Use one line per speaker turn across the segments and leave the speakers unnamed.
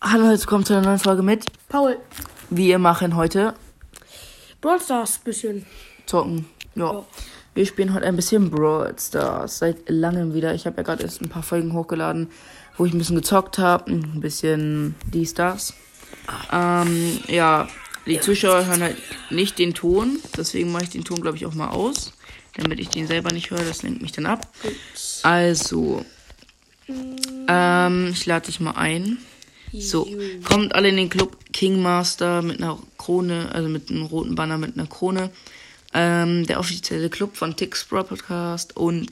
Hallo, jetzt kommt zu einer neuen Folge mit.
Paul,
Wir machen heute
Brawl Stars bisschen.
Zocken. Ja.
Ja.
Wir spielen heute ein bisschen Brawl Stars. Seit langem wieder. Ich habe ja gerade erst ein paar Folgen hochgeladen, wo ich ein bisschen gezockt habe. Ein bisschen die Stars. Ähm, ja. Die Zuschauer hören halt nicht den Ton. Deswegen mache ich den Ton, glaube ich, auch mal aus. Damit ich den selber nicht höre. Das lenkt mich dann ab. Also. Ähm, ich lade dich mal ein. So, kommt alle in den Club King Master mit einer Krone, also mit einem roten Banner mit einer Krone. Ähm, der offizielle Club von Tix Bro Podcast und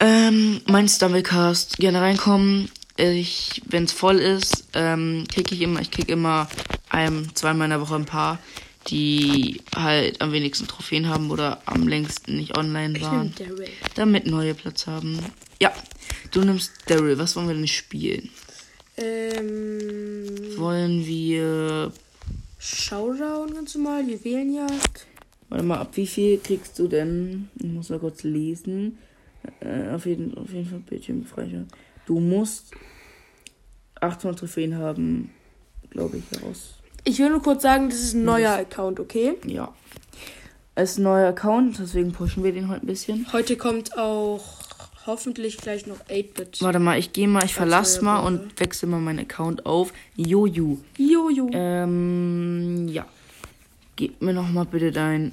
ähm, mein Stumblecast. Gerne reinkommen. Ich, wenn es voll ist, ähm, kicke ich immer, ich kicke immer einem, zweimal in der Woche ein paar, die halt am wenigsten Trophäen haben oder am längsten nicht online waren.
Nimm Daryl.
Damit neue Platz haben. Ja, du nimmst Daryl. Was wollen wir denn spielen?
Ähm,
Wollen wir.
Showdown ganz normal, Juwelenjagd.
Warte mal, ab wie viel kriegst du denn? Ich muss mal kurz lesen. Äh, auf, jeden, auf jeden Fall Bildschirm freischalten. Du musst 800 Trophäen haben, glaube ich, heraus.
Ich will nur kurz sagen, das ist ein neuer Account, okay?
Ja. Es ist ein neuer Account, deswegen pushen wir den heute ein bisschen.
Heute kommt auch hoffentlich gleich noch 8-Bit.
Warte mal, ich gehe mal, ich verlass
neuer
mal
Account,
und wechsle mal meinen Account auf Jojo.
Jojo.
Äh, Ähm, ja. Gib mir noch mal bitte dein.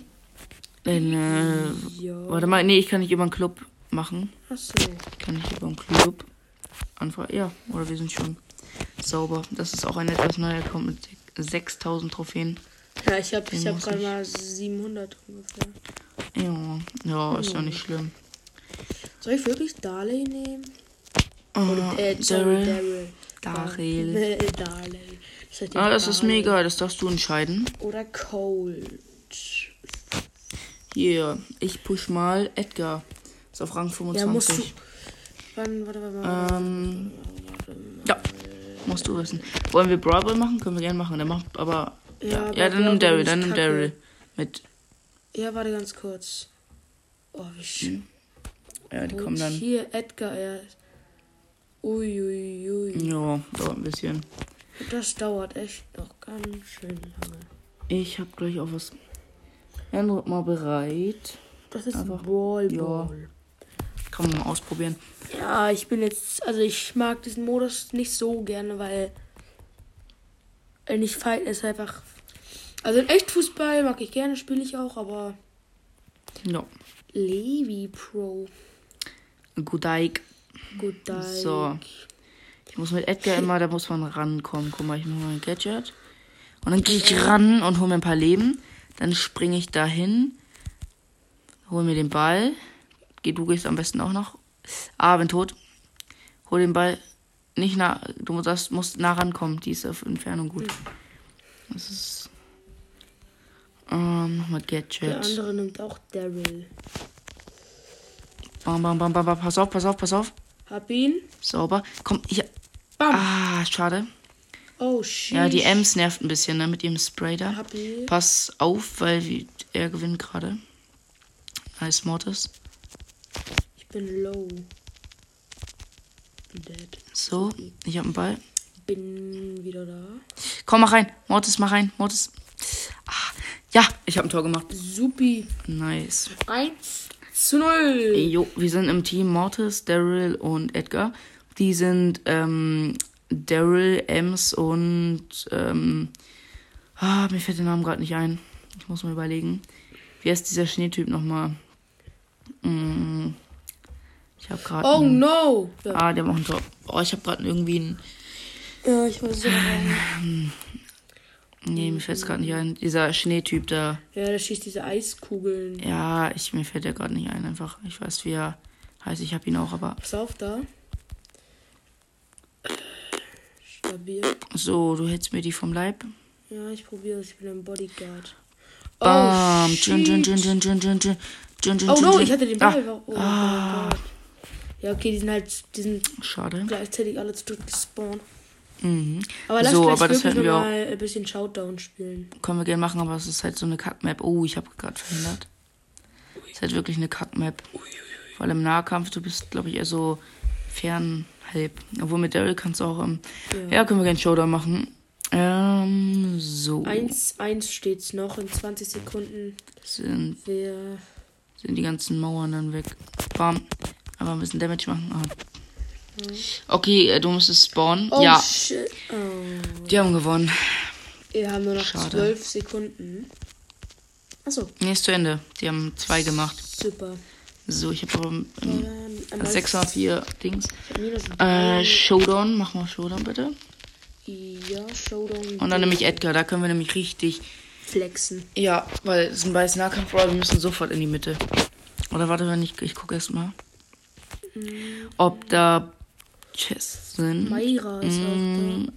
Deine.
Ja.
Warte mal, nee, ich kann nicht über den Club machen.
Achso.
Kann ich über den Club anfragen? Ja, oder wir sind schon sauber. Das ist auch ein etwas neuer Account mit sech- 6000 Trophäen.
Ja, ich habe ich hab
muss
gerade
ich-
mal 700 ungefähr.
Ja, ja, ist ja nicht schlimm.
Soll ich wirklich Darley nehmen?
Oh,
Äh, sorry,
Daryl.
Daryl.
Daryl.
Äh, Darley. Ich sag dir
Ah, das ist
Darley.
mega, das darfst du entscheiden.
Oder Cold.
Yeah, ich push mal Edgar. Ist auf Rang
Ja, musst du.
25.
Wann, warte, warte, warte.
ähm, ja, musst du wissen. Wollen wir Brawl Ball machen? Können wir gerne machen. Dann macht aber. Ja, ja,
Ja,
dann nimm
aber Brawl Ball
Daryl,
ist
dann nimm
kacke.
Daryl. Mit.
Ja, warte ganz kurz. Oh, wie schön.
Ja, die kommen dann.
Hier, Edgar, ja. Uiuiui.
Ja, dauert ein bisschen.
Das dauert echt noch ganz schön lange.
Ich hab gleich auch was. Dann drück mal bereit.
Das ist
Einfach-
ein Brawl Ball.
Kann man mal ausprobieren.
Ja. ich bin jetzt. Also, ich mag diesen Modus nicht so gerne, weil. Äh, nicht fighten ist einfach. Also, in echt Fußball mag ich gerne, spiele ich auch, aber.
Ja.
Levi Pro.
Gut, Ike.
Gut, da.
So. Ich muss mit Edgar immer, da muss man rankommen. Guck mal, ich mache mein Gadget. Und dann gehe ich
Äh.
ran und hole mir ein paar Leben. Dann springe ich dahin. Hol mir den Ball. Geh, du gehst am besten auch noch. Ah, bin tot. Hol den Ball. Nicht nah. Du musst, musst nah rankommen. Die ist auf Entfernung gut.
Hm.
Das ist. Ähm, nochmal
Der
Gadget.
andere nimmt auch Daryl.
Bam, bam, bam, bam, bam. Pass auf, pass auf, pass auf.
Hab ihn.
Sauber. Komm, hier.
Bam.
Ah, schade.
Oh, shit.
Ja, die Ems nervt ein bisschen, ne, mit ihrem Spray da.
Hab ihn.
Pass auf, weil wie- er gewinnt gerade. Nice Mortis.
Ich bin low. Bin dead.
So, ich hab einen Ball.
Bin wieder da.
Komm, mach rein. Mortis, mach rein. Mortis. Ah, ja, ich hab ein Tor gemacht.
Supi.
Nice.
1 zu 0.
Jo, wir sind im Team Mortis, Daryl und Edgar. Die sind ähm, Daryl, Ems und ähm, ah, mir fällt der Name gerade nicht ein. Ich muss mal überlegen. Wie heißt dieser Schneetyp nochmal? Mm, ich habe gerade.
Oh no. Ja,
Ah, der macht einen Tor. Oh, ich habe gerade irgendwie einen.
ja ich weiß es auch.
Nee, mir fällt es gerade nicht ein. Dieser Schneetyp da.
Ja, da schießt diese Eiskugeln.
Ja, ich, mir fällt der gerade nicht ein einfach. Ich weiß, wie er heißt. Ich habe ihn auch, aber.
Pass auf da. Stabil.
So, du hältst mir die vom Leib.
Ja, ich probiere es. Ich bin ein Bodyguard. Oh,
Bam. Jin,
shit.
jin, jin, jin, jin, jin, jin, jin, jin,
Oh
jin,
no,
jin.
ich hatte den
Ah,
Ball. Oh, mein Gott. Ja, okay, die sind halt die sind
schade.
gleichzeitig alle zu dritt gespawnt.
Mhm.
Aber lass
So,
gleich
aber das
wirklich
hätten wir auch-
nochmal ein bisschen Shoutdown spielen.
Können wir gerne machen, aber es ist halt so eine Kackmap. Oh, ich habe gerade verhindert. Es ist halt wirklich eine Kackmap. Vor allem im Nahkampf, du bist, glaube ich, eher so Fernhalb. Obwohl mit Daryl kannst du auch. Ähm, ja. können wir gerne Showdown machen. Ähm, so.
1, 1 steht's noch in 20 Sekunden.
Sind,
Wir.
sind die ganzen Mauern dann weg. Bam. Aber ein bisschen Damage machen. Ah. Okay, äh, du müsstest spawnen.
Mhm. Oh,
ja,
shit. Oh.
die haben gewonnen.
Wir haben nur noch
Schade.
12 Sekunden. Achso,
Nee, ist zu Ende. Die haben zwei gemacht.
super.
So, ich habe ähm,
Ähm, einmal-
604 Dings.
Ich hab Minus
Äh,
drei.
Showdown. Machen wir Showdown bitte.
ja, Showdown.
Und dann nämlich Edgar. Da können wir nämlich richtig.
Flexen.
Ja, weil es ist ein weißer Nahkampf, Bro. Wir müssen sofort in die Mitte. Oder warte, wenn ich, ich gucke erst mal, ob da Chests sind.
Mayra ist
Hm.
auch
Mm.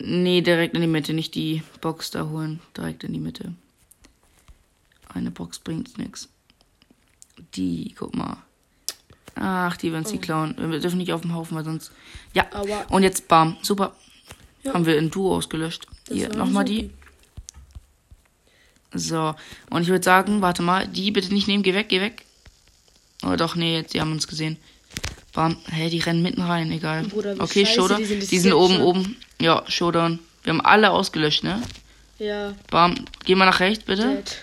Nee, direkt in die Mitte, nicht die Box da holen. Direkt in die Mitte. Eine Box bringt nix. Die, guck mal. Ach, die werden sie klauen. Wir dürfen nicht auf dem Haufen, weil sonst. Ja.
Oh. Aua.
Und jetzt bam. Super.
Ja.
Haben wir in Duo ausgelöscht.
Das
Hier,
war
nochmal
super.
die. So. Und ich würde sagen, warte mal, die bitte nicht nehmen. Geh weg, geh weg. Oh doch, nee, jetzt, die haben uns gesehen. Bam. Hä, die rennen mitten rein, egal.
Bruder, wie
okay,
scheiße,
Showdown.
die sind
Die sind
jetzt
oben,
schon.
oben. Ja, Showdown. Wir haben alle ausgelöscht, ne?
da. Ja,
Bam. Geh mal nach rechts, bitte.
dead.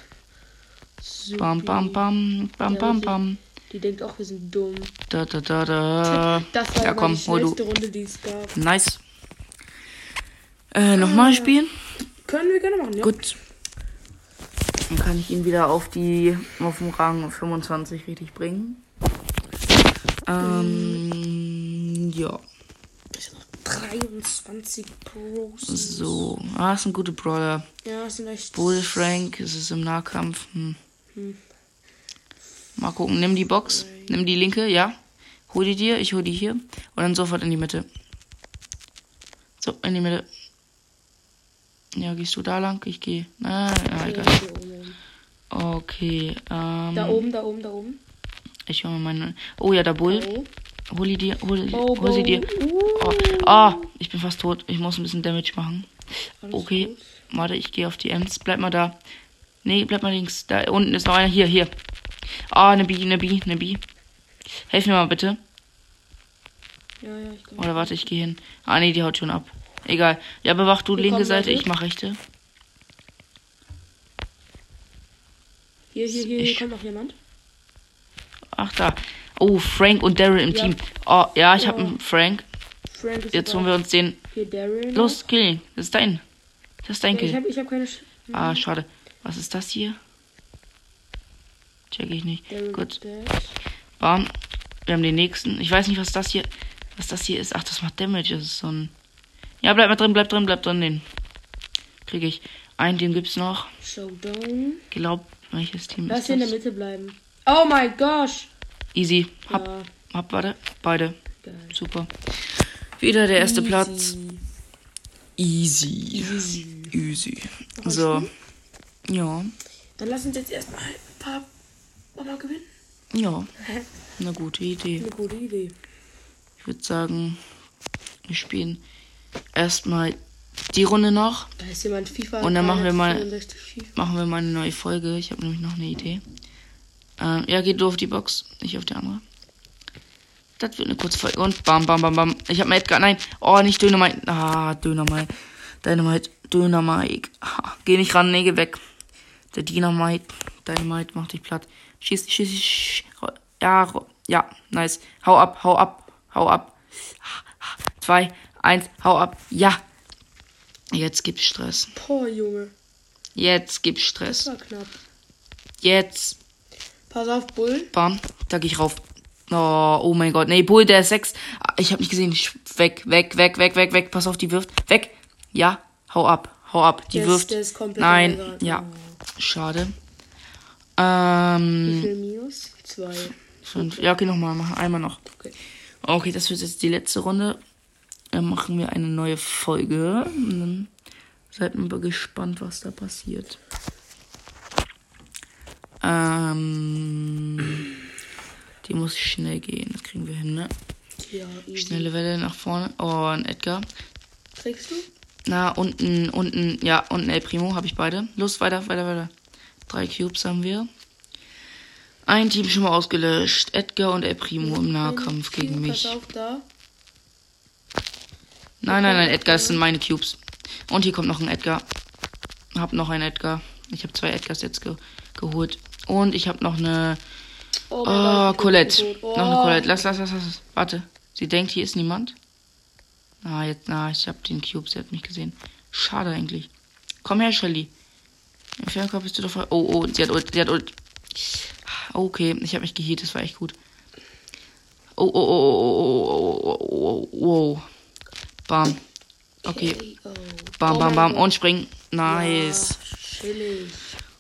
Bam, bam, bam, bam,
Ja,
bam,
richtig.
bam.
Die denkt auch, wir sind dumm.
Da, da, da, da.
Das war
Äh, ja,
aber
komm,
die
hol du.
schnellste Runde, die es gab.
Nice. Äh, nochmal
Ah.
spielen?
Können wir gerne machen, ja.
Gut. Dann kann ich ihn wieder auf die auf den Rang 25 richtig bringen. Ähm, ja.
Ich hab noch 23 Pros.
So. Ah, ist ein guter Brawler.
Ja, es sind echt.
Bull Frank, es ist im Nahkampf. Hm. Mal gucken, nimm die Box, nimm die linke, ja. Hol die dir, ich hol die hier. Und dann sofort in die Mitte. So, in die Mitte. Ja, gehst du da lang? Ich gehe. Ah, ja,
Ja,
egal.
hier oben.
Okay,
Da
ähm.
oben, da oben, da oben.
Ich hol mal meine. Oh ja, der Bull.
Oh,
Hol die dir, hol,
oh,
hol sie
oh.
dir.
Uh,
Oh, ah, ich bin fast tot. Ich muss ein bisschen Damage machen.
alles
oh, Okay,
gut.
warte, ich gehe auf die Ems. Bleib mal da. Nee, bleib mal links. Da unten ist noch einer. Hier, hier. Ah, eine Bi, eine Bi, eine Bi. Helf mir mal bitte.
Ja, ja, ich komm.
Oder warte, ich gehe hin. Ah, nee, die haut schon ab. Egal. Ja, bewach du
Wir
linke
kommen
Seite,
gleich.
ich mach rechte.
Hier, hier, hier,
Ich-
hier kommt noch jemand.
Ach, da. Oh, Frank und Daryl im
Ja.
Team. Oh, ja, ich hab
Ja.
einen Frank.
Frank ist
Jetzt
dabei.
holen wir uns den.
Hier, Daryl. noch.
Los, kill ihn. Das ist dein. Das ist dein
Ja, ich
Kill.
hab, ich hab keine. Sch
Ah,
Mhm.
schade. Was ist das hier? Check ich nicht.
Daryl
Gut.
ist dead.
Bam. Wir haben den nächsten. Ich weiß nicht, was das hier. Was das hier ist. Ach, das macht Damage. Das ist so ein. Ja, bleib mal drin, bleib drin, bleib drin. Den kriege ich. Einen, den gibt's noch.
Showdown.
Glaub, welches Team
Lass
ist
hier in der
das?
Mitte bleiben. Oh mein Gott.
Easy. Hab,
Ja,
hab, warte. Beide.
geil.
Super. Wieder der erste
Easy.
Platz. Easy. Easy. So. Ja.
Dann lass uns jetzt erstmal ein paar Mama gewinnen.
Ja. Eine gute Idee.
Eine gute Idee.
Ich würde sagen, wir spielen erstmal die Runde noch.
Da ist jemand FIFA.
Und dann machen wir mal-
365 FIFA.
Machen wir mal eine neue Folge. Ich habe nämlich noch eine Idee. Ähm, ja, geht du auf die Box, ich auf die andere. Das wird eine kurze Folge. Und bam, bam, bam, bam. Ich habe mir Edgar. Nein. Oh, nicht Dynamite. Ah, Dynamite. Dynamite. Dynamite. Ah, geh nicht ran. Nee, geh weg. Der Dynamite. Dynamite macht dich platt. Schieß, schieß, schieß. Ja, ro- ja. Nice. Hau ab, hau ab, hau ab. Zwei, eins, hau ab. Ja. Jetzt gibt's Stress.
Boah, Junge.
Jetzt gibt's
Das
Stress.
war knapp.
Jetzt.
Pass auf, Bull.
Bam. Da gehe ich rauf. Oh, oh mein Gott. Nee, Bull, der ist 6. Ich habe nicht gesehen. Ich- Weg, weg, weg, weg, weg, weg. Pass auf, die wirft. Weg. Ja, hau ab. Hau ab. Die
Der ist-
wirft.
der ist komplett Oh.
Nein,
egal.
ja. Schade.
Wie
Ähm,
viel Minus? Zwei.
fünf. Ja, okay, nochmal machen. Einmal noch.
Okay.
Okay, das wird jetzt die letzte Runde. Dann machen wir eine neue Folge. Und dann seid mal gespannt, was da passiert. Ähm, die muss schnell gehen. Das kriegen wir hin, ne?
Ja, easy.
Schnelle Welle nach vorne. Oh, ein Edgar.
Kriegst du?
Na, unten, unten, ja, unten El Primo habe ich beide. Los, weiter, weiter, weiter. Drei Cubes haben wir. Ein Team schon mal ausgelöscht. Edgar und El Primo im Nahkampf gegen mich.
Pass auf, da.
Nein, nein, nein, Edgar, das sind meine Cubes. Und hier kommt noch ein Edgar. Hab noch einen Edgar. Ich habe zwei Edgars jetzt ge geholt. Und ich habe noch eine.
Oh, mein
Oh,
Gott,
Colette.
ich bin tot.
Noch eine
Oh.
Colette. Lass, lass, lass, lass. Warte. Sie denkt, hier ist niemand. Ah, jetzt, na, ich habe den Cube. Sie hat mich gesehen. Schade eigentlich. Komm her, Shelly. Im Fernkorb bist du doch frei. Oh, oh, sie hat Ult, sie hat Ult. Ah, Okay, ich habe mich geheilt, das war echt gut. Oh, oh, oh, oh, oh, oh, oh, oh, oh, oh. Bam. Okay.
Oh.
Bam,
Oh
bam,
mein
bam.
Gott.
Und springen. Nice.
Ah, chillig.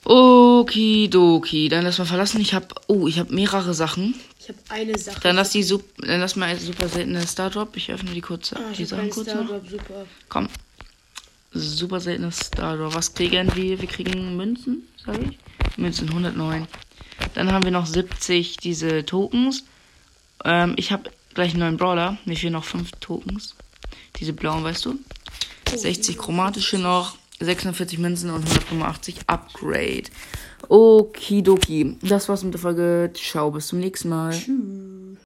Okidoki. Dann lass mal verlassen. Ich habe, oh, ich habe mehrere Sachen.
Ich habe eine Sache.
Dann lass die Sup dann lass mal super seltene Star Drop. Ich öffne die kurz.
Ah, ich
die
hab
Sachen
keinen
kurz
Star
noch.
Drop, super.
Komm. Super seltenes Star Drop. Was kriegen wir? Wir kriegen Münzen, sag ich. Münzen 109. Dann haben wir noch 70 diese Tokens. Ähm, ich habe gleich einen neuen Brawler. Mir fehlen noch 5 Tokens. Diese blauen, weißt du?
Oh,
60 chromatische noch, 46 Münzen und 185 Upgrade. Okidoki. Das war's mit der Folge. Ciao, bis zum nächsten Mal.
Tschüss.